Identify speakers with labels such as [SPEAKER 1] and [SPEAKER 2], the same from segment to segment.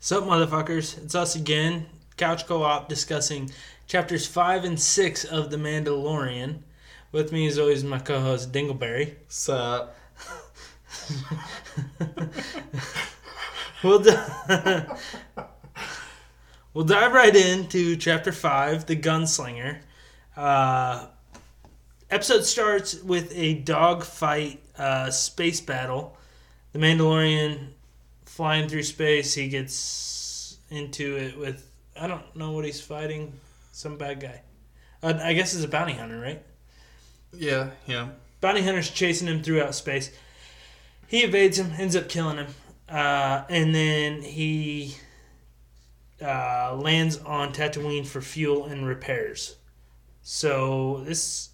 [SPEAKER 1] Sup, motherfuckers? It's us again, Couch Co op, discussing chapters 5 and 6 of The Mandalorian. With me, as always, my co host, Dingleberry.
[SPEAKER 2] So
[SPEAKER 1] We'll, di- we'll dive right into chapter 5, The Gunslinger. Uh, episode starts with a dogfight uh, space battle. The Mandalorian flying through space, he gets into it with, I don't know what he's fighting, some bad guy. Uh, I guess it's a bounty hunter, right?
[SPEAKER 2] yeah, yeah.
[SPEAKER 1] Bounty hunter's chasing him throughout space. He evades him, ends up killing him, uh, and then he uh, lands on Tatooine for fuel and repairs. So this,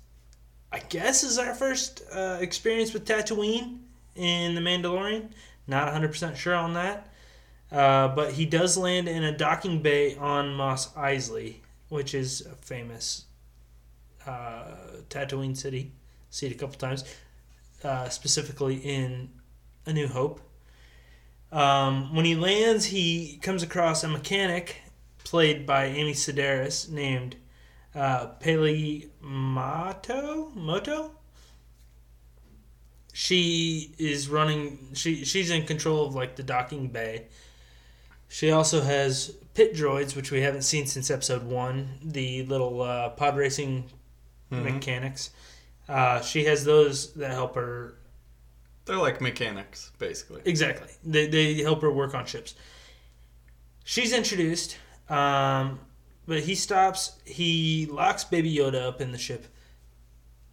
[SPEAKER 1] I guess, is our first uh, experience with Tatooine in The Mandalorian. Not 100% sure on that. Uh, but he does land in a docking bay on Moss Isley, which is a famous uh, Tatooine city see it a couple times, uh, specifically in A New Hope. Um, when he lands, he comes across a mechanic played by Amy Sedaris named uh, Pele Mato. Moto. She is running. She she's in control of like the docking bay. She also has pit droids, which we haven't seen since episode one. The little uh, pod racing
[SPEAKER 2] Mhm.
[SPEAKER 1] mechanics. Uh, she has those that help her
[SPEAKER 2] They're like mechanics, basically.
[SPEAKER 1] exactly. They they help her work on ships. She's introduced, um, but he stops. He locks Baby Yoda up in the ship.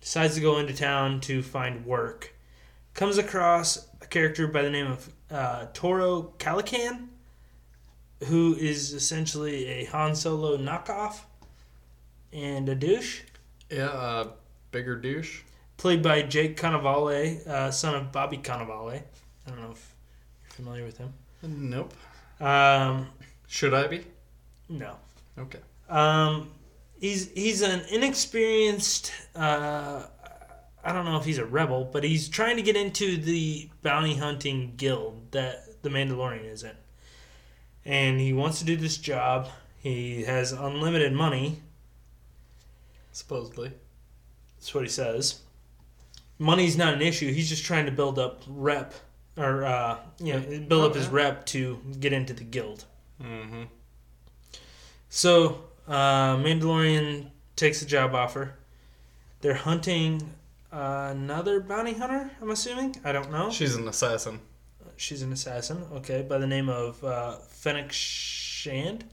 [SPEAKER 1] Decides to go into town to find work. Comes across a character by the name of uh, Toro Calican, who is essentially a Han Solo knockoff and a douche.
[SPEAKER 2] Yeah, uh, bigger douche.
[SPEAKER 1] played by Jake Cannavale, uh, son of Bobby Cannavale. I don't know if you're familiar with him.
[SPEAKER 2] Nope.
[SPEAKER 1] Um,
[SPEAKER 2] Should I be?
[SPEAKER 1] no.
[SPEAKER 2] Okay.
[SPEAKER 1] Um, he's he's an inexperienced. Uh, I don't know if he's a rebel, but he's trying to get into the bounty hunting guild that the Mandalorian is in, and he wants to do this job. He has unlimited money.
[SPEAKER 2] Supposedly.
[SPEAKER 1] That's what he says. Money's not an issue. He's just trying to build up rep, or uh, you know, build up his
[SPEAKER 2] Okay.
[SPEAKER 1] rep to get into the guild.
[SPEAKER 2] Mm-hmm.
[SPEAKER 1] So uh, Mandalorian takes the job offer. They're hunting another bounty hunter. I'm assuming. I don't know.
[SPEAKER 2] She's an assassin.
[SPEAKER 1] She's an assassin. Okay, by the name of uh, Fennec Shand.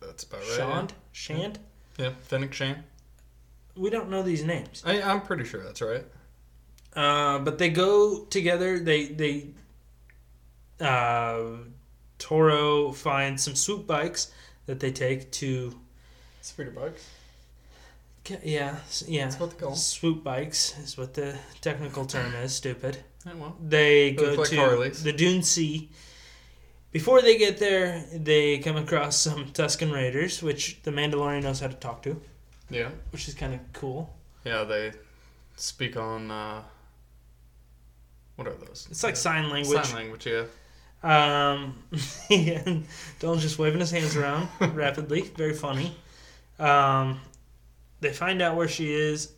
[SPEAKER 2] That's about right.
[SPEAKER 1] Shand. Shand.
[SPEAKER 2] Yeah, Fennec Shan.
[SPEAKER 1] We don't know these names.
[SPEAKER 2] I, I'm pretty sure that's right.
[SPEAKER 1] Uh, but they go together. They they uh, Toro finds some swoop bikes that they take to
[SPEAKER 2] Speeder bugs.
[SPEAKER 1] yeah s- yeah
[SPEAKER 2] That's what they call 'em.
[SPEAKER 1] swoop bikes is what the technical term is. Stupid.
[SPEAKER 2] Yeah, well.
[SPEAKER 1] They
[SPEAKER 2] They look
[SPEAKER 1] go
[SPEAKER 2] like
[SPEAKER 1] to
[SPEAKER 2] Harleys.
[SPEAKER 1] the Dune Sea. Before they get there, they come across some Tuscan Raiders, which the Mandalorian knows how to talk to,
[SPEAKER 2] Yeah.
[SPEAKER 1] which is kind of cool.
[SPEAKER 2] Yeah, they speak on. Uh, what are those?
[SPEAKER 1] It's like
[SPEAKER 2] Uh,
[SPEAKER 1] sign language.
[SPEAKER 2] Sign language, yeah.
[SPEAKER 1] Um, and Dylan's just waving his hands around rapidly. Very funny. Um, they find out where she is.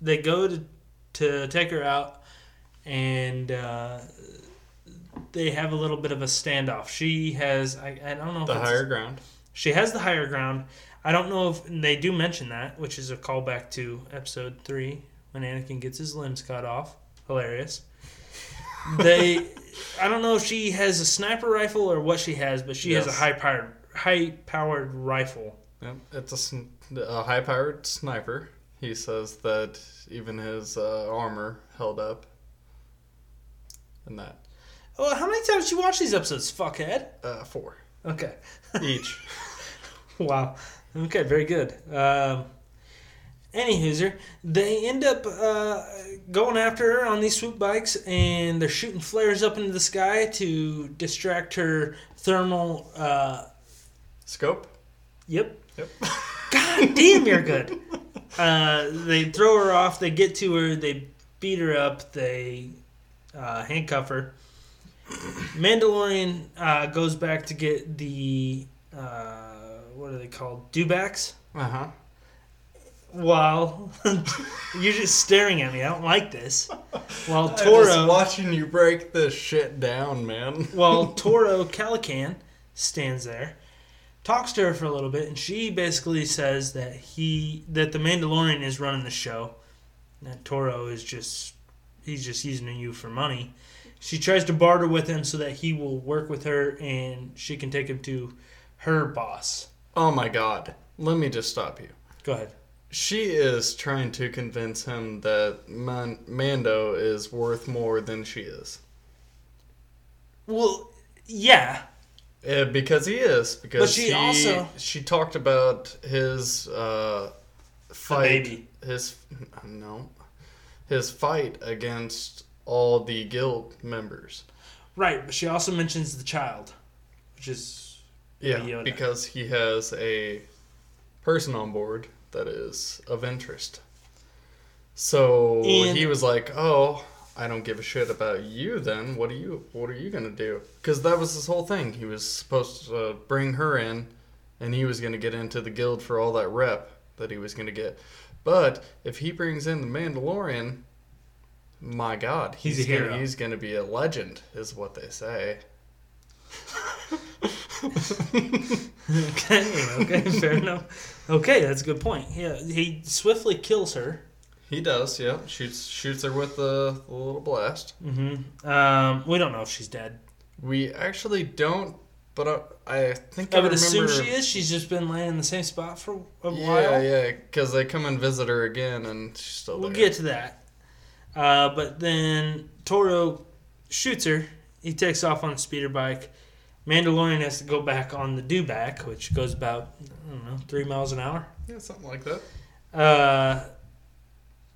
[SPEAKER 1] They go to, to take her out, and uh, they have a little bit of a standoff. She has, I, I don't know if
[SPEAKER 2] The
[SPEAKER 1] it's-
[SPEAKER 2] higher ground.
[SPEAKER 1] she has the higher ground. I don't know if and they do mention that, which is a callback to episode three when Anakin gets his limbs cut off. Hilarious. They, I don't know if she has a sniper rifle or what she has, but she has
[SPEAKER 2] Yes.
[SPEAKER 1] a high powered high powered rifle.
[SPEAKER 2] Yep, it's a, sn- a high powered sniper. He says that even his uh, armor held up. And that.
[SPEAKER 1] Oh, how many times did you watch these episodes, fuckhead?
[SPEAKER 2] Uh, four.
[SPEAKER 1] Okay.
[SPEAKER 2] Each.
[SPEAKER 1] Wow. Okay, very good. Um, anywhooser, they end up uh, going after her on these swoop bikes, and they're shooting flares up into the sky to distract her thermal. Uh,
[SPEAKER 2] Scope?
[SPEAKER 1] yep.
[SPEAKER 2] Yep.
[SPEAKER 1] God damn, you're good. Uh, they throw her off. They get to her. They beat her up. They uh, handcuff her. Mandalorian uh, goes back to get the uh, what are they called? Dubacks.
[SPEAKER 2] Uh huh.
[SPEAKER 1] While you're just staring at me, I don't like this. While
[SPEAKER 2] I'm just
[SPEAKER 1] Toro,
[SPEAKER 2] watching you break this shit down, man.
[SPEAKER 1] while Toro Calican stands there, talks to her for a little bit, and she basically says that he that the Mandalorian is running the show. and That Toro is just he's just using you for money. She tries to barter with him so that he will work with her and she can take him to her boss.
[SPEAKER 2] Oh my god. Let me just stop you.
[SPEAKER 1] Go ahead.
[SPEAKER 2] She is trying to convince him that Man- Mando is worth more than she is.
[SPEAKER 1] Well, yeah,
[SPEAKER 2] Uh, because he is. Because
[SPEAKER 1] she
[SPEAKER 2] she
[SPEAKER 1] also-
[SPEAKER 2] she talked about his uh, fight.
[SPEAKER 1] baby.
[SPEAKER 2] His no, his fight against all the guild members.
[SPEAKER 1] right. But she also mentions the child, which is
[SPEAKER 2] Yeah,
[SPEAKER 1] Yoda.
[SPEAKER 2] because he has a person on board that is of interest. So
[SPEAKER 1] And-
[SPEAKER 2] he was like, "Oh, I don't give a shit about you. Then what are you? What are you gonna do?" Because that was his whole thing. He was supposed to uh, bring her in, and he was gonna get into the guild for all that rep that he was gonna get. But if he brings in the Mandalorian, my God,
[SPEAKER 1] He's
[SPEAKER 2] he's,
[SPEAKER 1] a
[SPEAKER 2] gonna-
[SPEAKER 1] hero.
[SPEAKER 2] he's gonna be a legend, is what they say.
[SPEAKER 1] okay. Okay, fair enough. Okay, that's a good point. Yeah, he swiftly kills her.
[SPEAKER 2] He does, yeah. Shoots shoots her with the, the little blast.
[SPEAKER 1] Mm-hmm. Um, we don't know if she's dead.
[SPEAKER 2] We actually don't, but I, I think
[SPEAKER 1] I
[SPEAKER 2] I
[SPEAKER 1] would assume
[SPEAKER 2] remember.
[SPEAKER 1] she is. She's just been laying in the same spot for a
[SPEAKER 2] Yeah,
[SPEAKER 1] while.
[SPEAKER 2] yeah, because they come and visit her again, and she's still
[SPEAKER 1] We'll
[SPEAKER 2] there.
[SPEAKER 1] get to that. Uh, but then Toro shoots her. He takes off on a speeder bike. Mandalorian has to go back on the dewback, which goes about I don't know three miles an hour.
[SPEAKER 2] yeah, something like that.
[SPEAKER 1] Uh,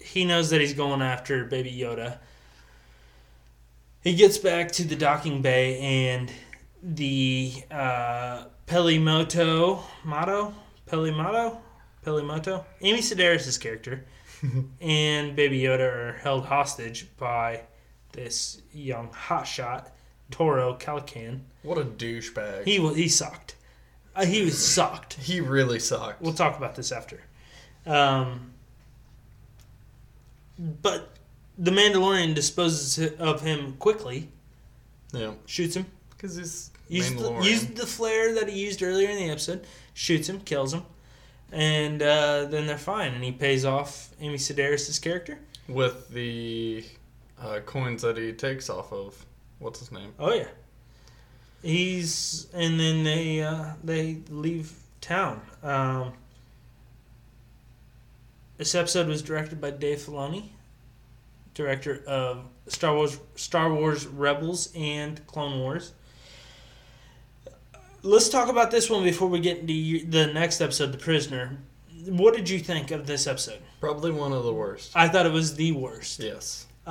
[SPEAKER 1] he knows that he's going after Baby Yoda. He gets back to the docking bay and the uh, Pelimoto Motto? Pelimoto? Pelimoto? Amy Sedaris' character and Baby Yoda are held hostage by this young hotshot, Toro Calican.
[SPEAKER 2] What a douchebag. He,
[SPEAKER 1] He, wa- he sucked. Uh, he was sucked.
[SPEAKER 2] really sucked.
[SPEAKER 1] We'll talk about this after. Um, but the Mandalorian disposes of him quickly,
[SPEAKER 2] yeah,
[SPEAKER 1] shoots him,
[SPEAKER 2] because he's
[SPEAKER 1] used the,
[SPEAKER 2] Mandalorian.
[SPEAKER 1] used the flare that he used earlier in the episode, shoots him, kills him, and uh, then they're fine. And he pays off Amy Sedaris' character.
[SPEAKER 2] With the uh, coins that he takes off of. What's his name?
[SPEAKER 1] Oh yeah, he's and then they uh, they leave town. Um, this episode was directed by Dave Filoni, director of Star Wars, Star Wars Rebels, and Clone Wars. Let's talk about this one before we get into y- the next episode, The Prisoner. What did you think of this episode?
[SPEAKER 2] Probably one of the worst.
[SPEAKER 1] I thought it was the worst.
[SPEAKER 2] Yes.
[SPEAKER 1] Uh,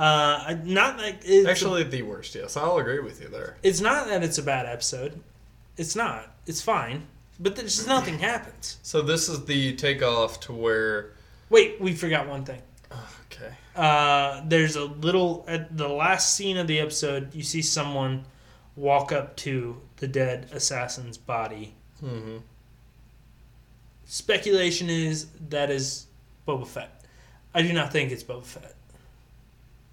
[SPEAKER 1] I- not like it's a
[SPEAKER 2] Actually, the worst, yes. I'll agree with you there.
[SPEAKER 1] It's not that it's a bad episode. It's not. It's fine. But there's just nothing happens.
[SPEAKER 2] So this is the takeoff to where.
[SPEAKER 1] Wait, we forgot one thing.
[SPEAKER 2] Okay.
[SPEAKER 1] Uh, there's a little at the last scene of the episode. You see someone walk up to the dead assassin's body.
[SPEAKER 2] Mm-hmm.
[SPEAKER 1] Speculation is that is Boba Fett. I do not think it's Boba Fett.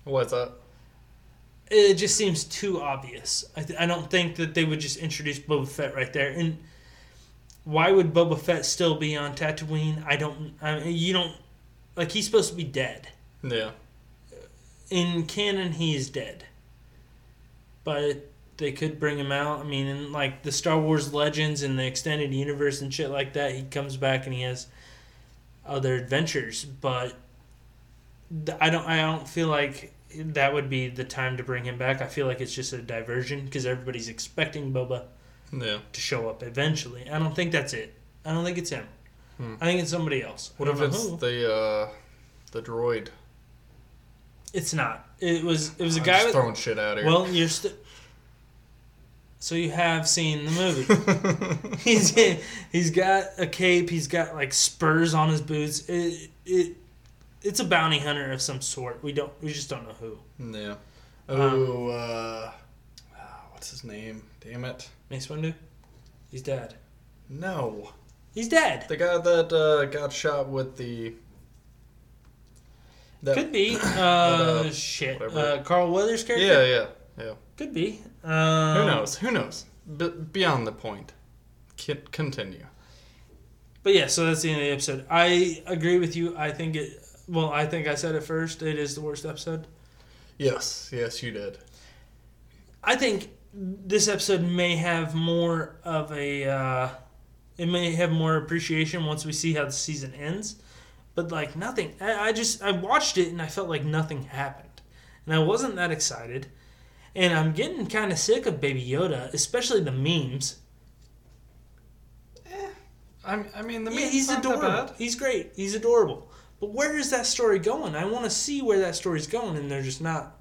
[SPEAKER 2] What's up?
[SPEAKER 1] It just seems too obvious. I, th- I don't think that they would just introduce Boba Fett right there. And why would Boba Fett still be on Tatooine? I don't. I mean, you don't. Like he's supposed to be dead
[SPEAKER 2] Yeah.
[SPEAKER 1] in canon. He is dead. But they could bring him out. I mean, in like the Star Wars Legends and the extended universe and shit like that, he comes back and he has other adventures. But th- I don't. I don't feel like that would be the time to bring him back. I feel like it's just a diversion because everybody's expecting Boba
[SPEAKER 2] Yeah.
[SPEAKER 1] to show up eventually. I don't think that's it. I don't think it's him.
[SPEAKER 2] Hmm.
[SPEAKER 1] I think it's somebody else.
[SPEAKER 2] What
[SPEAKER 1] I
[SPEAKER 2] if
[SPEAKER 1] don't know
[SPEAKER 2] it's
[SPEAKER 1] who.
[SPEAKER 2] the uh the droid?
[SPEAKER 1] It's not. It was. It was a
[SPEAKER 2] I'm
[SPEAKER 1] guy
[SPEAKER 2] just
[SPEAKER 1] with.
[SPEAKER 2] throwing shit out here.
[SPEAKER 1] Well, you're still. So you have seen the movie. he's he's got a cape. He's got like spurs on his boots. It it it's a bounty hunter Um, of some sort. We don't. We just don't know who.
[SPEAKER 2] yeah. Oh, uh, oh What's his name? Damn it.
[SPEAKER 1] Mace Windu? He's dead.
[SPEAKER 2] No.
[SPEAKER 1] He's dead.
[SPEAKER 2] The guy that uh, got shot with the. That,
[SPEAKER 1] Could be. Uh,
[SPEAKER 2] uh,
[SPEAKER 1] shit.
[SPEAKER 2] whatever.
[SPEAKER 1] Uh, Carl Weathers' character?
[SPEAKER 2] Yeah, yeah, yeah.
[SPEAKER 1] Could be. Um,
[SPEAKER 2] Who knows? Who knows? B- beyond the point. Ki- continue.
[SPEAKER 1] But yeah, so that's the end of the episode. I agree with you. I think it. Well, I think I said it first. It is the worst episode.
[SPEAKER 2] Yes, yes, you did.
[SPEAKER 1] I think this episode may have more of a. Uh, it may have more appreciation once we see how the season ends. But like nothing, I, I just I watched it and I felt like nothing happened, and I wasn't that excited. And I'm getting kind of sick of Baby Yoda, especially the memes.
[SPEAKER 2] I, I mean, the
[SPEAKER 1] yeah,
[SPEAKER 2] meat's
[SPEAKER 1] he's
[SPEAKER 2] not that
[SPEAKER 1] adorable.
[SPEAKER 2] bad.
[SPEAKER 1] He's great. He's adorable. But where is that story going? I want to see where that story's going, and they're just not.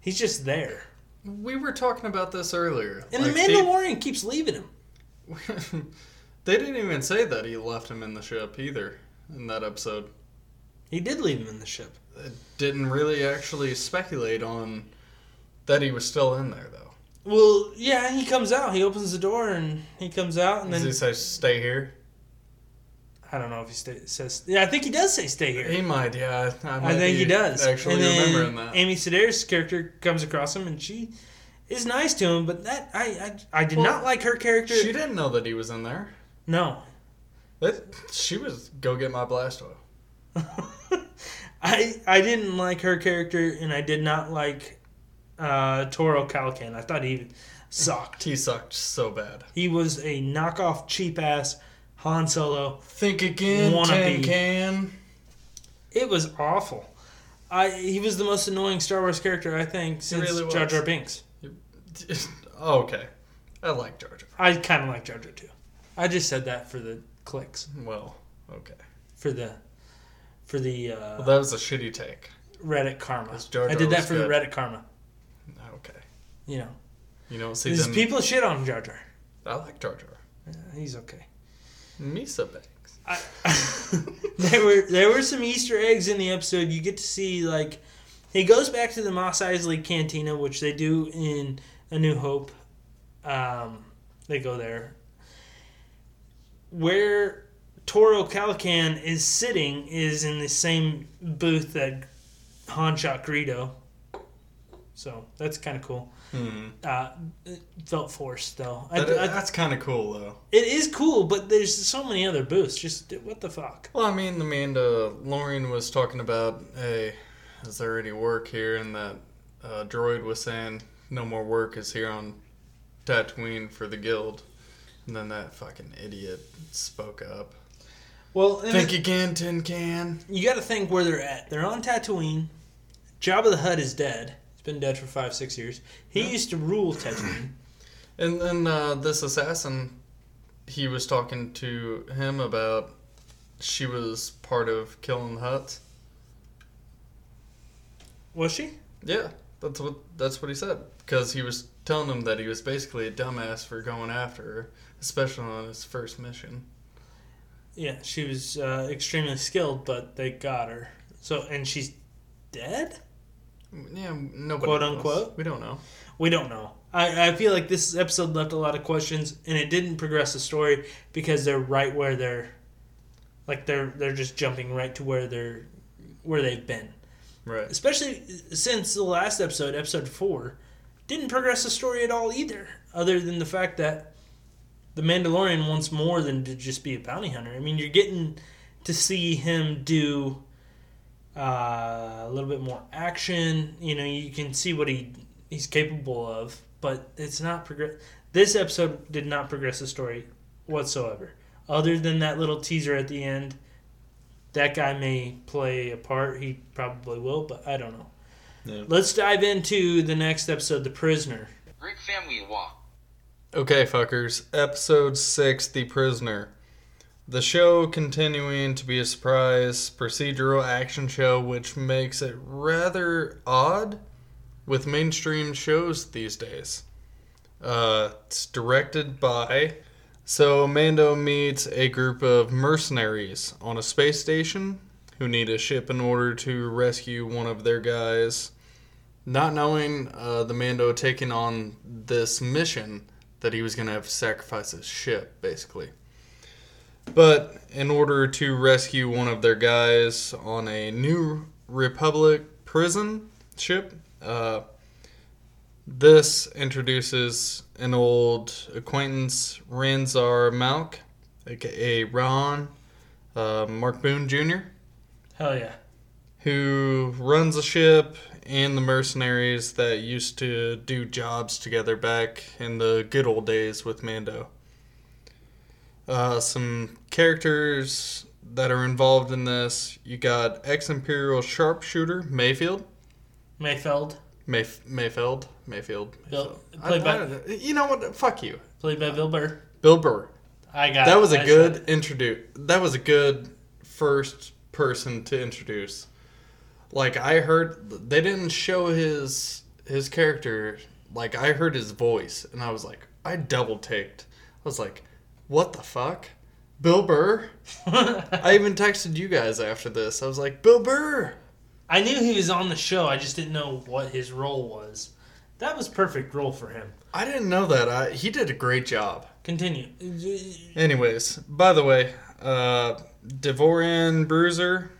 [SPEAKER 1] He's just there.
[SPEAKER 2] We were talking about this earlier.
[SPEAKER 1] And
[SPEAKER 2] Like,
[SPEAKER 1] the
[SPEAKER 2] they-
[SPEAKER 1] Mandalorian keeps leaving him.
[SPEAKER 2] they didn't even say that he left him in the ship either in that episode.
[SPEAKER 1] He did leave him in the ship.
[SPEAKER 2] It didn't really actually speculate on that he was still in there though.
[SPEAKER 1] Well, yeah, he comes out. He opens the door and he comes out, and
[SPEAKER 2] Does
[SPEAKER 1] then
[SPEAKER 2] he say stay here?
[SPEAKER 1] I don't know if he stay, says. Yeah, I think he does say stay here.
[SPEAKER 2] He might, yeah. I,
[SPEAKER 1] I
[SPEAKER 2] might
[SPEAKER 1] think
[SPEAKER 2] be
[SPEAKER 1] he does.
[SPEAKER 2] Actually,
[SPEAKER 1] and then
[SPEAKER 2] remembering that.
[SPEAKER 1] Amy Sedaris' character comes across him, and she is nice to him. But that I I, I did
[SPEAKER 2] Well,
[SPEAKER 1] not like her character.
[SPEAKER 2] she didn't know that he was in there.
[SPEAKER 1] no,
[SPEAKER 2] That she was go get my blast oil.
[SPEAKER 1] I I didn't like her character, and I did not like uh, Toro Kalkan. I thought he sucked.
[SPEAKER 2] He sucked so bad.
[SPEAKER 1] He was a knockoff, cheap ass Han Solo.
[SPEAKER 2] Think again,
[SPEAKER 1] Wannabe.
[SPEAKER 2] Tan Can.
[SPEAKER 1] It was awful. I he was the most annoying Star Wars character I think since
[SPEAKER 2] really was.
[SPEAKER 1] Jar Jar Binks.
[SPEAKER 2] oh, okay, I like Jar Jar.
[SPEAKER 1] I kind of like Jar Jar too. I just said that for the clicks,
[SPEAKER 2] Well, okay.
[SPEAKER 1] for the for the uh,
[SPEAKER 2] Well, that was a shitty take.
[SPEAKER 1] Reddit karma.
[SPEAKER 2] Because Jar
[SPEAKER 1] I
[SPEAKER 2] Jar
[SPEAKER 1] did that
[SPEAKER 2] was
[SPEAKER 1] for the
[SPEAKER 2] good. Ah,
[SPEAKER 1] Reddit karma.
[SPEAKER 2] Okay.
[SPEAKER 1] You know,
[SPEAKER 2] You know, see,
[SPEAKER 1] because
[SPEAKER 2] then
[SPEAKER 1] people shit on Jar Jar.
[SPEAKER 2] I like Jar Jar.
[SPEAKER 1] Yeah, he's okay.
[SPEAKER 2] Misa Banks.
[SPEAKER 1] I, there were there were some Easter eggs in the episode. You get to see like he goes back to the Moss Eisley Cantina, which they do in A New Hope. Um, they go there where Toro Calican is sitting is in the same booth that Han shot Greedo. So that's kind of cool.
[SPEAKER 2] Hmm.
[SPEAKER 1] Uh, it felt forced though. I,
[SPEAKER 2] That,
[SPEAKER 1] I-
[SPEAKER 2] that's kind of cool, though.
[SPEAKER 1] it is cool, but there's so many other booths. Just what the fuck.
[SPEAKER 2] Well, I mean, the Mandalorian was talking about, hey, is there any work here? And that uh, droid was saying, no more work is here on Tatooine for the guild. And then that fucking idiot spoke up.
[SPEAKER 1] Well,
[SPEAKER 2] Think again, Tin Can.
[SPEAKER 1] you got to think where they're at. They're on Tatooine. Jabba the Hutt is dead. He's been dead for five, six years. He used to rule Tatooine.
[SPEAKER 2] And then uh, this assassin, he was talking to him about she was part of killing the Hutt.
[SPEAKER 1] Was she?
[SPEAKER 2] Yeah, that's what that's what he said. Because he was telling him that he was basically a dumbass for going after her, especially on his first mission.
[SPEAKER 1] Yeah, she was uh, extremely skilled, but they got her. So, and she's dead.
[SPEAKER 2] Yeah, nobody.
[SPEAKER 1] Quote,
[SPEAKER 2] knows.
[SPEAKER 1] unquote?
[SPEAKER 2] We don't know.
[SPEAKER 1] We don't know. I, I feel like this episode left a lot of questions, and it didn't progress the story because they're right where they're, like they're they're just jumping right to where they're, where they've been.
[SPEAKER 2] Right.
[SPEAKER 1] especially since the last episode, episode four, didn't progress the story at all either, other than the fact that the Mandalorian wants more than to just be a bounty hunter. I mean, you're getting to see him do uh, a little bit more action. You know, you can see what he he's capable of, but it's not progress. This episode did not progress the story whatsoever, other than that little teaser at the end that guy may play a part. He probably will, but I don't know.
[SPEAKER 2] Yeah.
[SPEAKER 1] Let's dive into the next episode, The Prisoner.
[SPEAKER 3] Rick Family Walk.
[SPEAKER 2] Okay, fuckers. Episode 6 The Prisoner. The show continuing to be a surprise procedural action show, which makes it rather odd with mainstream shows these days. Uh, it's directed by. So, Mando meets a group of mercenaries on a space station who need a ship in order to rescue one of their guys not knowing uh, the Mando taking on this mission that he was going to have to sacrifice his ship, basically. But in order to rescue one of their guys on a New Republic prison ship, uh, this introduces an old acquaintance, Ranzar Malk, aka Ron uh, Mark Boone Jr.,
[SPEAKER 1] Hell yeah.
[SPEAKER 2] who runs the ship and the mercenaries that used to do jobs together back in the good old days with Mando. Uh, some characters that are involved in this you got ex Imperial sharpshooter Mayfield.
[SPEAKER 1] Mayfeld,
[SPEAKER 2] Mayf- Mayfield. Mayfield.
[SPEAKER 1] Bill-
[SPEAKER 2] Mayfield.
[SPEAKER 1] played by-
[SPEAKER 2] you know what? Fuck you.
[SPEAKER 1] played by Bill Burr.
[SPEAKER 2] Bill Burr.
[SPEAKER 1] I got
[SPEAKER 2] That
[SPEAKER 1] it.
[SPEAKER 2] was a
[SPEAKER 1] I
[SPEAKER 2] good
[SPEAKER 1] said
[SPEAKER 2] introduce. That was a good first person to introduce. Like I heard, they didn't show his his character. Like I heard his voice, and I was like, I double taked. I was like, what the fuck, Bill Burr?
[SPEAKER 1] it.
[SPEAKER 2] I even texted you guys after this. I was like, Bill Burr.
[SPEAKER 1] I knew he was on the show. I just didn't know what his role was. That was perfect role for him.
[SPEAKER 2] I didn't know that. I, he did a great job.
[SPEAKER 1] Continue.
[SPEAKER 2] Anyways, by the way, uh, Devorian Bruiser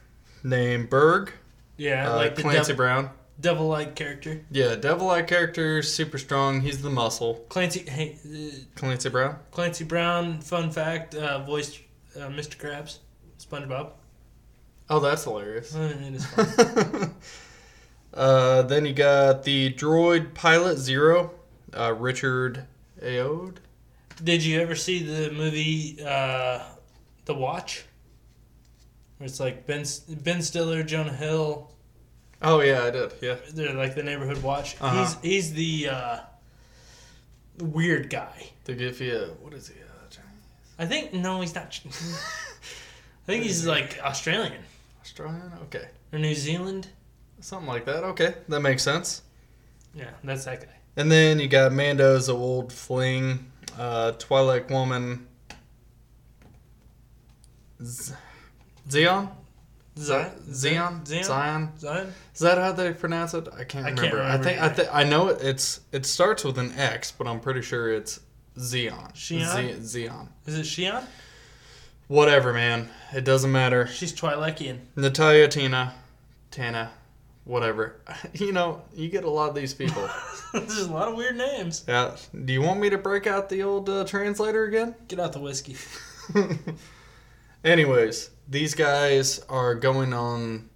[SPEAKER 2] named Berg,
[SPEAKER 1] Yeah,
[SPEAKER 2] uh,
[SPEAKER 1] like the
[SPEAKER 2] Clancy
[SPEAKER 1] devil,
[SPEAKER 2] Brown.
[SPEAKER 1] devil-like character.
[SPEAKER 2] Yeah, devil eye character, super strong. He's the muscle.
[SPEAKER 1] Clancy, hey, uh,
[SPEAKER 2] Clancy Brown.
[SPEAKER 1] Clancy Brown. Fun fact: uh, voiced uh, Mr. Krabs, SpongeBob.
[SPEAKER 2] Oh, that's hilarious.
[SPEAKER 1] Uh, it is fun.
[SPEAKER 2] uh, then you got the droid pilot Zero, uh, Richard Aod.
[SPEAKER 1] Did you ever see the movie uh, The Watch? Where it's like Ben Ben Stiller, Jonah Hill.
[SPEAKER 2] Oh yeah, I did. Yeah.
[SPEAKER 1] They're like the neighborhood watch.
[SPEAKER 2] Uh-huh.
[SPEAKER 1] He's he's the uh, weird guy.
[SPEAKER 2] The Giffy. Uh, what is he? Uh, Chinese?
[SPEAKER 1] I think no, he's not. Ch- I think he's like Australian
[SPEAKER 2] Australian? Okay,
[SPEAKER 1] or New Zealand.
[SPEAKER 2] something like that. Okay, that makes sense.
[SPEAKER 1] Yeah, that's that guy.
[SPEAKER 2] And then you got Mando's old fling, uh, Twilight woman. Z- Zeon.
[SPEAKER 1] Zion.
[SPEAKER 2] Zeon.
[SPEAKER 1] Zeon?
[SPEAKER 2] Zion.
[SPEAKER 1] Zion.
[SPEAKER 2] Is that how they pronounce it? I can't
[SPEAKER 1] I can't
[SPEAKER 2] remember. I
[SPEAKER 1] remember
[SPEAKER 2] think I, th- I know it, it's it starts with an X, but I'm pretty sure it's Xeon.
[SPEAKER 1] Xeon?
[SPEAKER 2] Ze- Xeon.
[SPEAKER 1] Is it Shion?
[SPEAKER 2] Whatever, man. It doesn't matter.
[SPEAKER 1] She's Twi'lekian.
[SPEAKER 2] Natalia Tina, Tana, whatever. You know, you get a lot of these people.
[SPEAKER 1] There's a lot of weird names.
[SPEAKER 2] yeah. Do you want me to break out the old uh, translator again?
[SPEAKER 1] Get out the whiskey.
[SPEAKER 2] Anyways, these guys are going on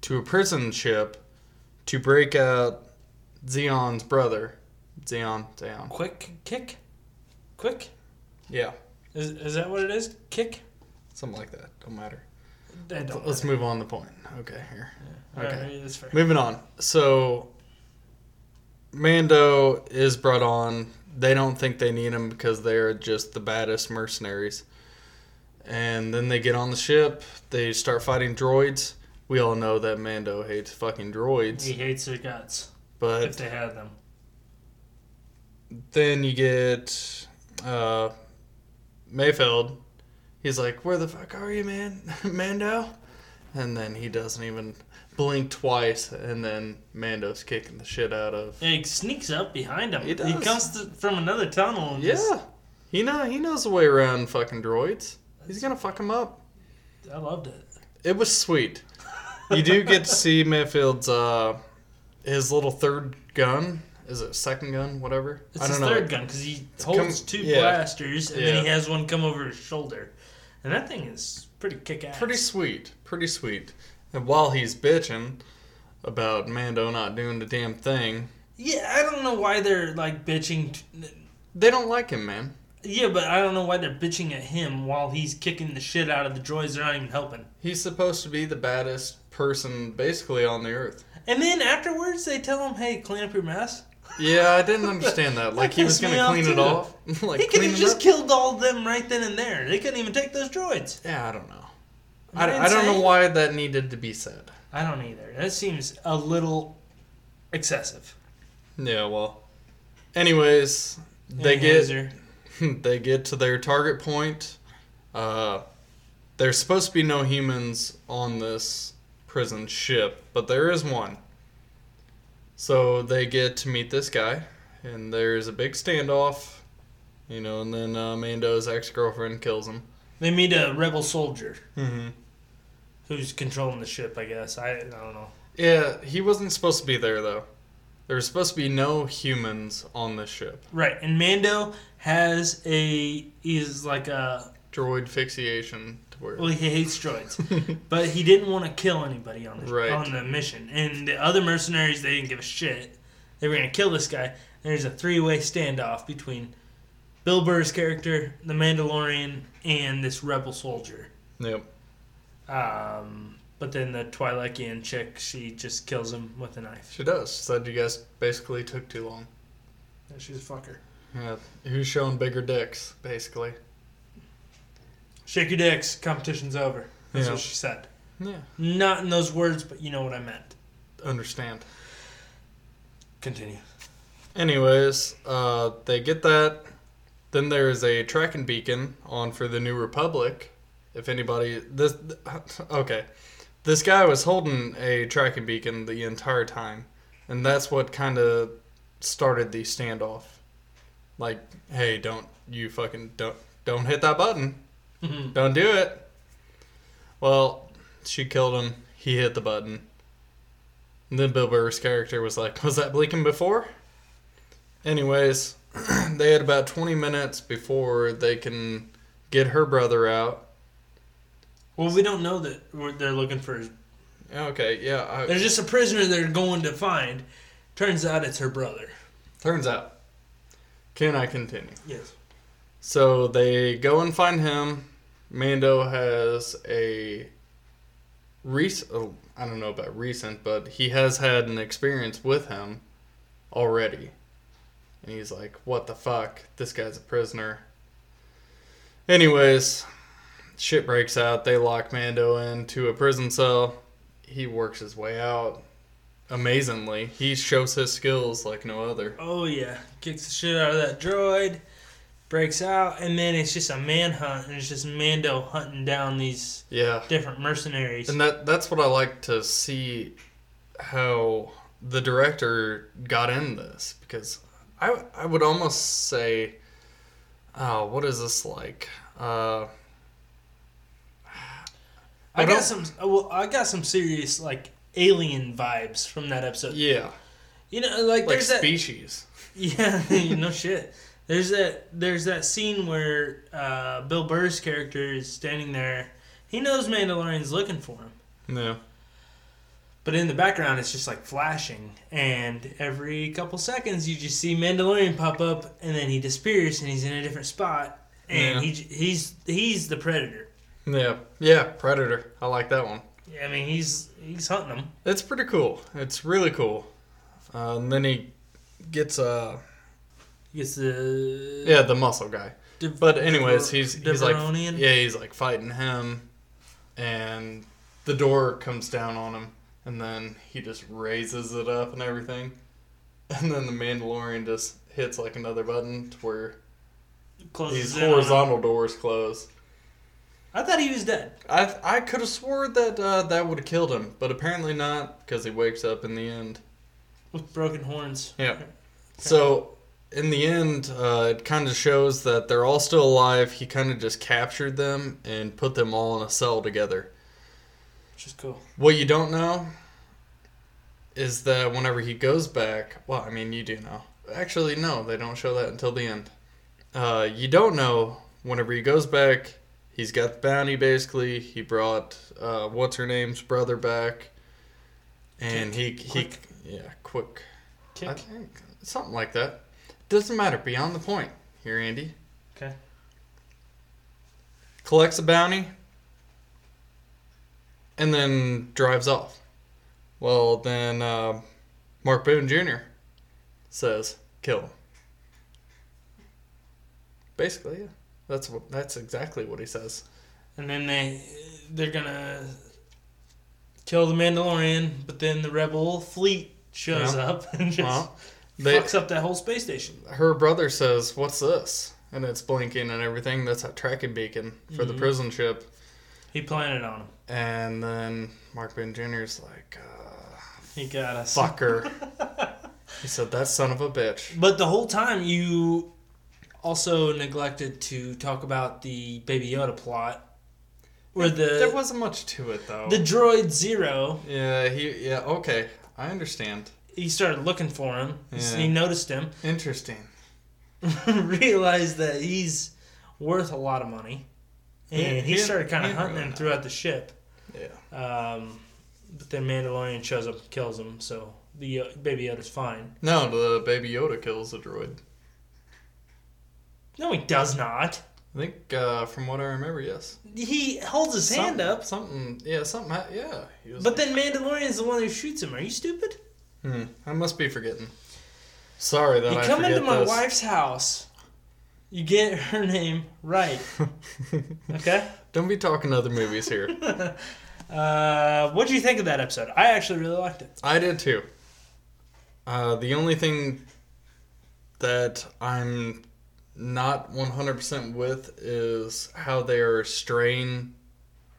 [SPEAKER 2] to a prison ship to break out Zeon's brother. Zeon, Zeon.
[SPEAKER 1] Quick kick. Quick.
[SPEAKER 2] Yeah,
[SPEAKER 1] Is, is that what it is? Kick?
[SPEAKER 2] something like that. Don't matter.
[SPEAKER 1] I don't
[SPEAKER 2] Let's move on the point. Okay, here.
[SPEAKER 1] know. Alright,
[SPEAKER 2] okay.
[SPEAKER 1] maybe that's fair.
[SPEAKER 2] Moving on. So, Mando is brought on. They don't think they need him because they're just the baddest mercenaries. And then they get on the ship. They start fighting droids. We all know that Mando hates fucking
[SPEAKER 1] He
[SPEAKER 2] droids.
[SPEAKER 1] hates their guts if
[SPEAKER 2] But
[SPEAKER 1] they had them.
[SPEAKER 2] then you get uh, Mayfield. He's like, "Where the fuck are you, man, Mando?" And then he doesn't even blink twice, and then Mando's kicking the shit out of.
[SPEAKER 1] He sneaks up behind him.
[SPEAKER 2] He
[SPEAKER 1] He,
[SPEAKER 2] does.
[SPEAKER 1] comes to, from another tunnel and just.
[SPEAKER 2] Yeah, he know he knows the way around fucking droids. He's gonna fuck him up.
[SPEAKER 1] I loved it.
[SPEAKER 2] It was sweet. You do get to see Mayfield's uh, his little third gun. Is it second gun? Whatever.
[SPEAKER 1] It's
[SPEAKER 2] I
[SPEAKER 1] his
[SPEAKER 2] don't know.
[SPEAKER 1] third gun because he holds
[SPEAKER 2] come-
[SPEAKER 1] two
[SPEAKER 2] yeah.
[SPEAKER 1] blasters and
[SPEAKER 2] Yeah.
[SPEAKER 1] then he has one come over his shoulder. And that thing is pretty kick ass.
[SPEAKER 2] pretty sweet, pretty sweet. And while he's bitching about Mando not doing the damn thing,
[SPEAKER 1] Yeah, I don't know why they're like bitching. T-
[SPEAKER 2] they don't like him, man.
[SPEAKER 1] yeah, but I don't know why they're bitching at him while he's kicking the shit out of the droids. They're not even helping.
[SPEAKER 2] He's supposed to be the baddest person basically on the earth.
[SPEAKER 1] And then afterwards, they tell him, "Hey, clean up your mess."
[SPEAKER 2] Yeah, I didn't understand that. Like he was
[SPEAKER 1] pissed me
[SPEAKER 2] gonna
[SPEAKER 1] off,
[SPEAKER 2] clean it
[SPEAKER 1] too.
[SPEAKER 2] off. like
[SPEAKER 1] he could
[SPEAKER 2] clean
[SPEAKER 1] have
[SPEAKER 2] it
[SPEAKER 1] just
[SPEAKER 2] up?
[SPEAKER 1] killed all of them right then and there. They couldn't even take those droids.
[SPEAKER 2] Yeah, I don't know.
[SPEAKER 1] Am
[SPEAKER 2] I, I don't know
[SPEAKER 1] insane?
[SPEAKER 2] why that needed to be said.
[SPEAKER 1] I don't either. That seems a little excessive.
[SPEAKER 2] Yeah, well. Anyways, they
[SPEAKER 1] Hey,
[SPEAKER 2] get
[SPEAKER 1] Hazer.
[SPEAKER 2] they get to their target point. Uh, there's supposed to be no humans on this prison ship, but there is one. So they get to meet this guy, and there's a big standoff, you know, and then uh, Mando's ex girlfriend kills him.
[SPEAKER 1] They meet a rebel soldier
[SPEAKER 2] Mm-hmm.
[SPEAKER 1] who's controlling the ship. I guess I, I don't know.
[SPEAKER 2] Yeah, he wasn't supposed to be there, though. There was supposed to be no humans on this ship.
[SPEAKER 1] Right, and Mando has a is like a
[SPEAKER 2] Droid fixation to where.
[SPEAKER 1] well he hates droids, but he didn't want to kill anybody on the
[SPEAKER 2] Right.
[SPEAKER 1] on the mission. And the other mercenaries they didn't give a shit. They were gonna kill this guy. There's a three way standoff between Bill Burr's character, the Mandalorian, and this rebel soldier.
[SPEAKER 2] yep.
[SPEAKER 1] Um, but then the Twi'lekian chick, she just kills him with a knife.
[SPEAKER 2] She does. Said you guys basically took too long.
[SPEAKER 1] Yeah, She's a fucker.
[SPEAKER 2] Yeah. Who's showing bigger dicks, basically?
[SPEAKER 1] Shake your dicks. Competition's over. That's
[SPEAKER 2] Yeah.
[SPEAKER 1] what she said.
[SPEAKER 2] Yeah.
[SPEAKER 1] Not in those words, but you know what I meant.
[SPEAKER 2] Understand.
[SPEAKER 1] Continue.
[SPEAKER 2] Anyways, uh, they get that. Then there is a tracking beacon on for the New Republic. If anybody, this okay, this guy was holding a tracking beacon the entire time, and that's what kind of started the standoff. Like, hey, don't you fucking don't don't hit that button.
[SPEAKER 1] Mm-hmm.
[SPEAKER 2] Don't do it. Well, she killed him. He hit the button. And then Bill Burr's character was like, "Was that blinking before?" Anyways, they had about 20 minutes before they can get her brother out.
[SPEAKER 1] Well, we don't know that we're- they're looking for. His...
[SPEAKER 2] Okay, yeah. I,
[SPEAKER 1] There's just a prisoner they're going to find. Turns out it's her brother.
[SPEAKER 2] turns out. Can I continue?
[SPEAKER 1] Yes.
[SPEAKER 2] So they go and find him. Mando has a recent, oh, I don't know about recent, but he has had an experience with him already. And he's like, what the fuck? This guy's a prisoner. Anyways, shit breaks out. They lock Mando into a prison cell. He works his way out amazingly. He shows his skills like no other.
[SPEAKER 1] Oh yeah, kicks the shit out of that droid, breaks out, and then it's just a manhunt, and it's just Mando hunting down these
[SPEAKER 2] Yeah.
[SPEAKER 1] different mercenaries.
[SPEAKER 2] And that that's what I like to see how the director got in this because I I would almost say oh what is this like uh
[SPEAKER 1] I,
[SPEAKER 2] I
[SPEAKER 1] got
[SPEAKER 2] don't-
[SPEAKER 1] some. uh, Well, I got some serious like alien vibes from that episode.
[SPEAKER 2] yeah
[SPEAKER 1] You know, like,
[SPEAKER 2] like
[SPEAKER 1] there's that.
[SPEAKER 2] species
[SPEAKER 1] Yeah, no shit. There's that. There's that scene where uh, Bill Burr's character is standing there. He knows Mandalorian's looking for him,
[SPEAKER 2] no
[SPEAKER 1] but in the background it's just like flashing, and every couple seconds you just see Mandalorian pop up, and then he disappears, and he's in a different spot, and
[SPEAKER 2] Yeah.
[SPEAKER 1] he he he's he's the predator.
[SPEAKER 2] yeah yeah predator I like that one
[SPEAKER 1] I mean, he's he's hunting him.
[SPEAKER 2] it's pretty cool it's really cool uh, and then he gets uh
[SPEAKER 1] He gets the
[SPEAKER 2] yeah the muscle guy
[SPEAKER 1] Div-
[SPEAKER 2] But anyways, he's he's like
[SPEAKER 1] Deveronian?
[SPEAKER 2] yeah, he's like fighting him, and the door comes down on him, and then he just raises it up and everything, and then the Mandalorian just hits like another button to where
[SPEAKER 1] closes
[SPEAKER 2] these
[SPEAKER 1] in on him.
[SPEAKER 2] horizontal doors close.
[SPEAKER 1] I thought he was dead.
[SPEAKER 2] I I could have swore that uh, that would have killed him, but apparently not because he wakes up in the end.
[SPEAKER 1] With broken horns.
[SPEAKER 2] Yeah. So in the end, uh, it kind of shows that they're all still alive. He kind of just captured them and put them all in a cell together.
[SPEAKER 1] Which is cool.
[SPEAKER 2] What you don't know is that whenever he goes back, well, I mean, you do know. Actually, no, they don't show that until the end. Uh, you don't know whenever he goes back, he's got the bounty basically. He brought uh, what's her name's brother back, and he he
[SPEAKER 1] Quick.
[SPEAKER 2] yeah quick I
[SPEAKER 1] Kick.
[SPEAKER 2] think something like that. Doesn't matter. Beyond the point here, Andy.
[SPEAKER 1] Okay.
[SPEAKER 2] collects a bounty, and then drives off. Well, then uh, Mark Boone Jr. says, "Kill him." Basically, yeah. That's what. That's exactly what he says.
[SPEAKER 1] And then they they're gonna kill the Mandalorian, but then the rebel fleet shows
[SPEAKER 2] Yeah.
[SPEAKER 1] up and just
[SPEAKER 2] Well, they,
[SPEAKER 1] fucks up that whole space station.
[SPEAKER 2] her brother says, "What's this?" And it's blinking and everything. That's a tracking beacon for the
[SPEAKER 1] Mhm.
[SPEAKER 2] prison ship.
[SPEAKER 1] He planted on him.
[SPEAKER 2] And then Mark Boone Jr. is like, uh,
[SPEAKER 1] He got us.
[SPEAKER 2] "Fucker." He said, that son of a bitch.
[SPEAKER 1] But the whole time you also neglected to talk about the Baby Yoda plot, where
[SPEAKER 2] there
[SPEAKER 1] the
[SPEAKER 2] wasn't much to it, though.
[SPEAKER 1] the droid Zero
[SPEAKER 2] yeah, he. Yeah, okay. I understand.
[SPEAKER 1] he started looking for him. He s-
[SPEAKER 2] Yeah.
[SPEAKER 1] He noticed him,
[SPEAKER 2] Interesting.
[SPEAKER 1] realized that he's worth a lot of money, and
[SPEAKER 2] Yeah,
[SPEAKER 1] he
[SPEAKER 2] he-
[SPEAKER 1] started kind
[SPEAKER 2] he
[SPEAKER 1] of
[SPEAKER 2] didn't
[SPEAKER 1] hunting
[SPEAKER 2] really
[SPEAKER 1] him
[SPEAKER 2] know.
[SPEAKER 1] throughout the ship.
[SPEAKER 2] Yeah.
[SPEAKER 1] Um, but then Mandalorian shows up, kills him. So the uh, Baby Yoda's fine.
[SPEAKER 2] No, the baby Yoda kills the droid.
[SPEAKER 1] No, he does not.
[SPEAKER 2] I think, uh, from what I remember, yes.
[SPEAKER 1] He holds his hand
[SPEAKER 2] Something-
[SPEAKER 1] up,
[SPEAKER 2] Something. Yeah, something. ha- Yeah. He was
[SPEAKER 1] but then Mandalorian's the one who shoots him. Are you stupid?
[SPEAKER 2] Hmm, I must be forgetting. Sorry that
[SPEAKER 1] you
[SPEAKER 2] I
[SPEAKER 1] come
[SPEAKER 2] forget
[SPEAKER 1] into my
[SPEAKER 2] this.
[SPEAKER 1] wife's house. You get her name right, okay?
[SPEAKER 2] Don't be talking other movies here.
[SPEAKER 1] uh, what do you think of that episode? I actually really liked it.
[SPEAKER 2] I did too. Uh, the only thing that I'm not 100% with is how they are straying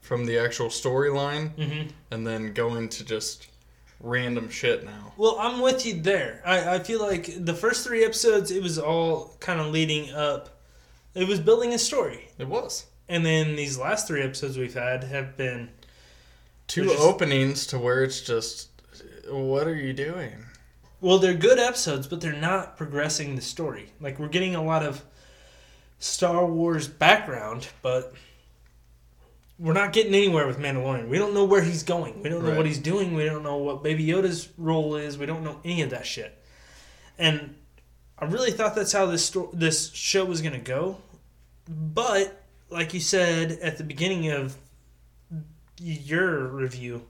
[SPEAKER 2] from the actual storyline
[SPEAKER 1] Mm-hmm.
[SPEAKER 2] and then going to just random shit now.
[SPEAKER 1] Well, I'm with you there. I, I feel like the first three episodes, it was all kind of leading up. It was building a story.
[SPEAKER 2] It was.
[SPEAKER 1] And then these last three episodes we've had have been
[SPEAKER 2] Two
[SPEAKER 1] They're just-
[SPEAKER 2] openings to where it's just, what are you doing?
[SPEAKER 1] Well, they're good episodes, but they're not progressing the story. Like we're getting a lot of Star Wars background, but we're not getting anywhere with Mandalorian. We don't know where he's going. We don't know
[SPEAKER 2] Right.
[SPEAKER 1] what he's doing. We don't know what Baby Yoda's role is. We don't know any of that shit. And I really thought that's how this sto- this show was going to go. But like you said at the beginning of your review,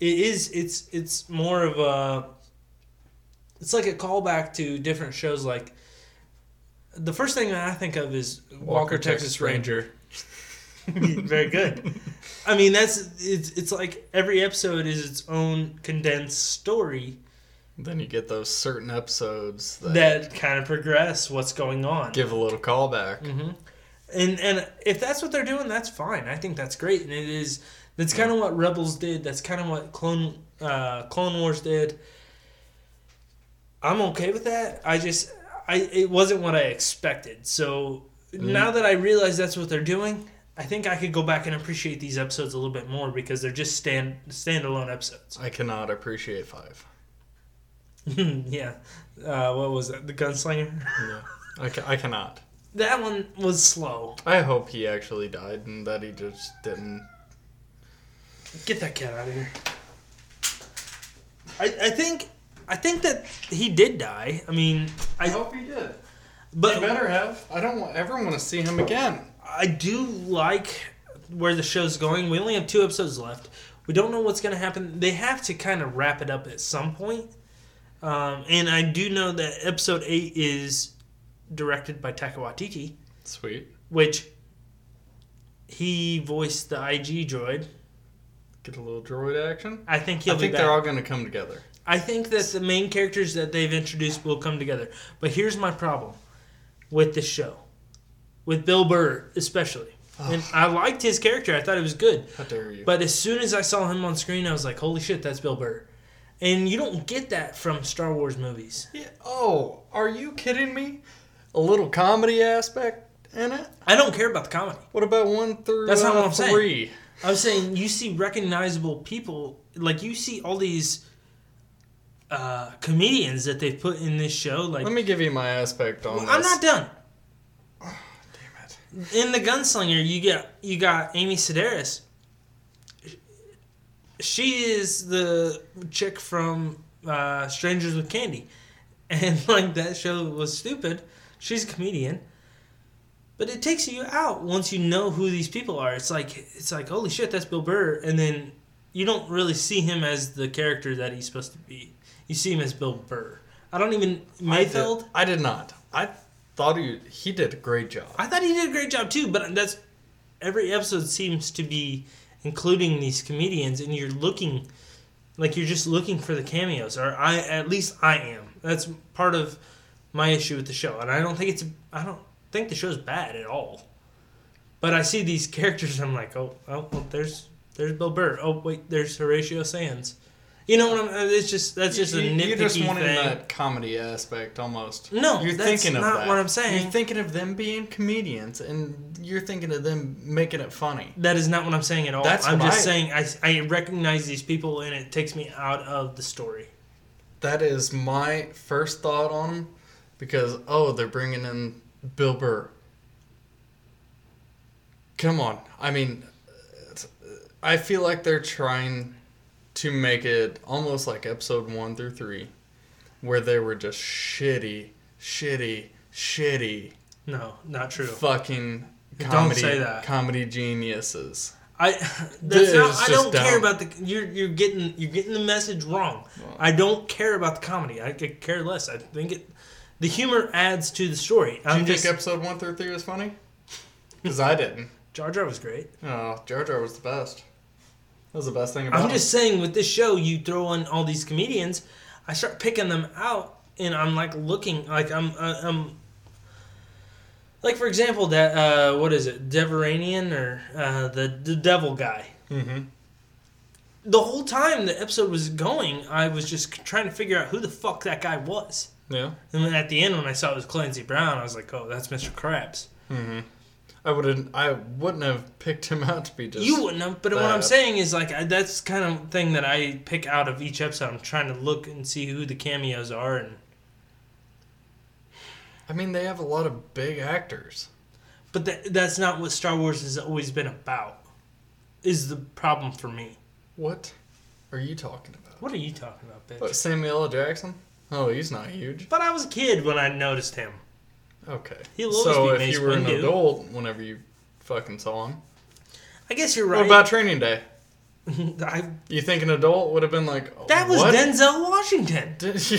[SPEAKER 1] it is it's it's more of a it's like a callback to different shows like the first thing that I think of is Walker, Texas, Ranger. Very good. I mean that's it's it's like every episode is its own condensed story
[SPEAKER 2] Then you get those certain episodes that,
[SPEAKER 1] that kind of progress what's going on.
[SPEAKER 2] give a little callback.
[SPEAKER 1] hmm And and if that's what they're doing, that's fine. I think that's great, and it is. That's kind of what Rebels did. That's kind of what Clone uh, Clone Wars did. I'm okay with that. I just I it wasn't what I expected. So now that I realize that's what they're doing, I think I could go back and appreciate these episodes a little bit more because they're just stand standalone episodes.
[SPEAKER 2] I cannot appreciate five.
[SPEAKER 1] yeah. Uh, what was that? The Gunslinger.
[SPEAKER 2] Yeah. I, ca- I cannot.
[SPEAKER 1] that one was slow.
[SPEAKER 2] I hope he actually died and that he just didn't.
[SPEAKER 1] Get that cat out of here. I, I think I think that he did die. I mean, I
[SPEAKER 2] hope he did. He
[SPEAKER 1] but
[SPEAKER 2] better have. I don't wa- ever want to see him again.
[SPEAKER 1] I do like where the show's going. We only have two episodes left. We don't know what's going to happen. They have to kind of wrap it up at some point. Um, and I do know that episode eight is directed by Taika Waititi,
[SPEAKER 2] Sweet.
[SPEAKER 1] which he voiced the IG droid.
[SPEAKER 2] Get a little droid action.
[SPEAKER 1] I think
[SPEAKER 2] I
[SPEAKER 1] he'll
[SPEAKER 2] think
[SPEAKER 1] be back.
[SPEAKER 2] they're all going to come together.
[SPEAKER 1] I think that the main characters that they've introduced will come together. But here's my problem with this show, with Bill Burr especially. And I liked his character; I thought it was good.
[SPEAKER 2] How dare you?
[SPEAKER 1] But as soon as I saw him on screen, I was like, "Holy shit, that's Bill Burr!" And you don't get that from Star Wars movies.
[SPEAKER 2] Yeah, oh, are you kidding me? A little comedy aspect in it?
[SPEAKER 1] I don't care about the comedy.
[SPEAKER 2] What about one through
[SPEAKER 1] That's not
[SPEAKER 2] uh,
[SPEAKER 1] what I'm saying.
[SPEAKER 2] three?
[SPEAKER 1] I'm saying you see recognizable people, like you see all these uh, comedians that they've put in this show. Like
[SPEAKER 2] Let me give you my aspect on this.
[SPEAKER 1] I'm not done.
[SPEAKER 2] Damn it.
[SPEAKER 1] in the gunslinger you get you got amy sedaris she is the chick from uh, strangers with candy and like that show was stupid she's a comedian but it takes you out once you know who these people are it's like it's like holy shit that's bill burr and then you don't really see him as the character that he's supposed to be you see him as bill burr i don't even mayfield
[SPEAKER 2] I did, I did not. I thought he he did a great job.
[SPEAKER 1] I thought he did a great job too, but that's every episode seems to be including these comedians, and you're looking like you're just looking for the cameos, or I at least I am. That's part of my issue with the show, and I don't think it's I don't think the show's bad at all. But I see these characters, and I'm like, oh, oh, well, there's there's Bill Burr. Oh wait, there's Horatio Sands. You know what I'm? It's just that's just a
[SPEAKER 2] You-
[SPEAKER 1] nitpicky
[SPEAKER 2] You're just wanting
[SPEAKER 1] thing.
[SPEAKER 2] that comedy aspect almost.
[SPEAKER 1] No,
[SPEAKER 2] you're
[SPEAKER 1] that's
[SPEAKER 2] thinking of
[SPEAKER 1] not
[SPEAKER 2] that.
[SPEAKER 1] what I'm saying.
[SPEAKER 2] You're thinking of them being comedians, and you're thinking of them making it funny.
[SPEAKER 1] That is not what I'm saying at all.
[SPEAKER 2] That's
[SPEAKER 1] I'm
[SPEAKER 2] what
[SPEAKER 1] just
[SPEAKER 2] I-
[SPEAKER 1] saying I, I recognize these people and it takes me out of the story.
[SPEAKER 2] That is my first thought on them, because oh, they're bringing in Bill Burr. Come on, I mean, it's- I feel like they're trying to make it almost like episode one through three, where they were just shitty, shitty, shitty.
[SPEAKER 1] No, not true.
[SPEAKER 2] fucking
[SPEAKER 1] Don't
[SPEAKER 2] comedy
[SPEAKER 1] say that.
[SPEAKER 2] comedy geniuses.
[SPEAKER 1] I that's
[SPEAKER 2] This
[SPEAKER 1] not,
[SPEAKER 2] is
[SPEAKER 1] I don't
[SPEAKER 2] just
[SPEAKER 1] care
[SPEAKER 2] dumb.
[SPEAKER 1] about the you're you're getting you're getting the message wrong. I don't care about the comedy. I could care less. I think it the humor adds to the story.
[SPEAKER 2] Do
[SPEAKER 1] I'm
[SPEAKER 2] you
[SPEAKER 1] just
[SPEAKER 2] think episode one through three was funny? Because I didn't.
[SPEAKER 1] Jar Jar was great.
[SPEAKER 2] Oh, Jar Jar was the best. That was the best thing about
[SPEAKER 1] I'm just saying with this show you throw in all these comedians, I start picking them out and I'm like looking like I'm I- I'm like for example that uh what is it? Deveranian or uh the the devil guy.
[SPEAKER 2] Mm-hmm.
[SPEAKER 1] The whole time the episode was going, I was just trying to figure out who the fuck that guy was.
[SPEAKER 2] Yeah.
[SPEAKER 1] And then at the end, when I saw it was Clancy Brown, I was like, "Oh, that's Mr. Krabs."
[SPEAKER 2] Mm-hmm. I wouldn't. I wouldn't have picked him out to be just.
[SPEAKER 1] you wouldn't have, but what I'm
[SPEAKER 2] that.
[SPEAKER 1] saying is like I, that's kind of thing that I pick out of each episode. I'm trying to look and see who the cameos are, and
[SPEAKER 2] I mean, they have a lot of big actors.
[SPEAKER 1] but that, that's not what Star Wars has always been about. Is the problem for me?
[SPEAKER 2] What are you talking about?
[SPEAKER 1] What are you talking about, bitch?
[SPEAKER 2] What, Samuel L. Jackson? Oh, he's not huge.
[SPEAKER 1] But I was a kid when I noticed him.
[SPEAKER 2] Okay.
[SPEAKER 1] He'll always
[SPEAKER 2] so
[SPEAKER 1] be
[SPEAKER 2] if
[SPEAKER 1] Mace
[SPEAKER 2] you were an
[SPEAKER 1] Windu.
[SPEAKER 2] adult, whenever you fucking saw him,
[SPEAKER 1] I guess you're right.
[SPEAKER 2] what about Training Day?
[SPEAKER 1] I,
[SPEAKER 2] You think an adult would have been like, oh,
[SPEAKER 1] that was
[SPEAKER 2] what?
[SPEAKER 1] Denzel Washington.
[SPEAKER 2] Did you-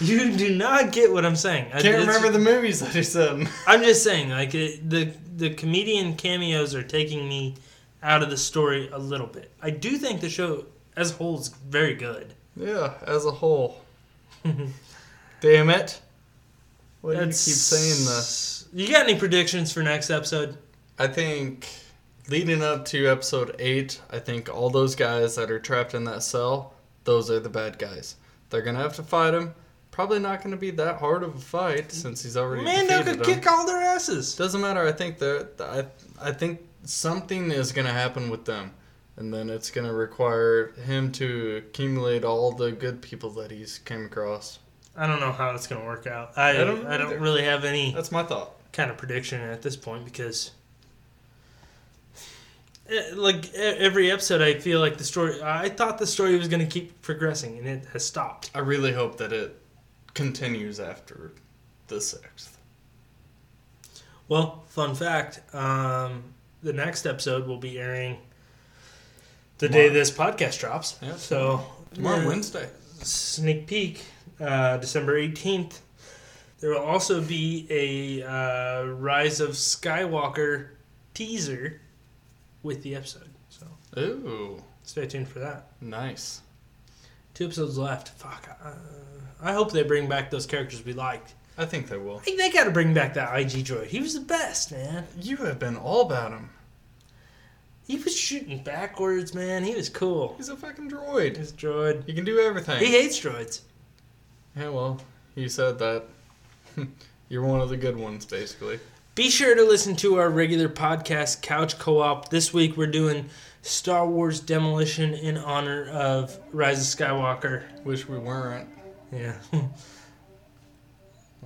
[SPEAKER 1] You do not get what I'm saying. I
[SPEAKER 2] Can't remember the movies that he said.
[SPEAKER 1] I'm just saying, like it, the the comedian cameos are taking me out of the story a little bit. I do think the show as a whole is very good.
[SPEAKER 2] Yeah, as a whole. Damn it! Why do you keep
[SPEAKER 1] That's-
[SPEAKER 2] saying this?
[SPEAKER 1] You got any predictions for next episode?
[SPEAKER 2] I think leading up to episode eight, I think all those guys that are trapped in that cell, those are the bad guys. They're gonna have to fight him. Probably not gonna be that hard of a fight since he's already
[SPEAKER 1] Mando
[SPEAKER 2] defeated
[SPEAKER 1] could
[SPEAKER 2] him.
[SPEAKER 1] kick all their asses.
[SPEAKER 2] Doesn't matter. I think that I I think something is gonna happen with them, and then it's gonna require him to accumulate all the good people that he's came across.
[SPEAKER 1] I don't know how it's gonna work out. I I
[SPEAKER 2] I
[SPEAKER 1] don't,
[SPEAKER 2] don't either.
[SPEAKER 1] really have any
[SPEAKER 2] That's my thought.
[SPEAKER 1] kind of prediction at this point because. eh, Like e- every episode, I feel like the story. I thought the story was going to keep progressing, and it has stopped.
[SPEAKER 2] I really hope that it continues after the sixth.
[SPEAKER 1] Well, fun fact: um, the next episode will be airing the day
[SPEAKER 2] Tomorrow.
[SPEAKER 1] this podcast drops.
[SPEAKER 2] Yeah.
[SPEAKER 1] So
[SPEAKER 2] Tomorrow,
[SPEAKER 1] yeah,
[SPEAKER 2] Wednesday.
[SPEAKER 1] sneak peek, uh, December eighteenth. There will also be a uh, Rise of Skywalker teaser with the episode. So
[SPEAKER 2] Ooh,
[SPEAKER 1] stay tuned for that.
[SPEAKER 2] nice.
[SPEAKER 1] Two episodes left. Fuck. Uh, I hope they bring back those characters we liked.
[SPEAKER 2] I think they will.
[SPEAKER 1] I think they got to bring back that IG droid. He was the best, man.
[SPEAKER 2] You have been all about him.
[SPEAKER 1] He was shooting backwards, man. He was cool.
[SPEAKER 2] He's a fucking droid.
[SPEAKER 1] His droid.
[SPEAKER 2] He can do everything.
[SPEAKER 1] He hates droids.
[SPEAKER 2] yeah, well, you said that. You're one of the good ones, basically.
[SPEAKER 1] Be sure to listen to our regular podcast, Couch Co op. This week we're doing Star Wars Demolition in honor of Rise of Skywalker.
[SPEAKER 2] Wish we weren't.
[SPEAKER 1] Yeah.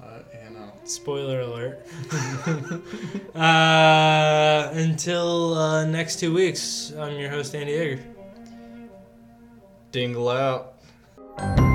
[SPEAKER 2] Uh, you know.
[SPEAKER 1] Spoiler alert. uh, until uh, next two weeks, I'm your host, Andy Egger.
[SPEAKER 2] Dingle out.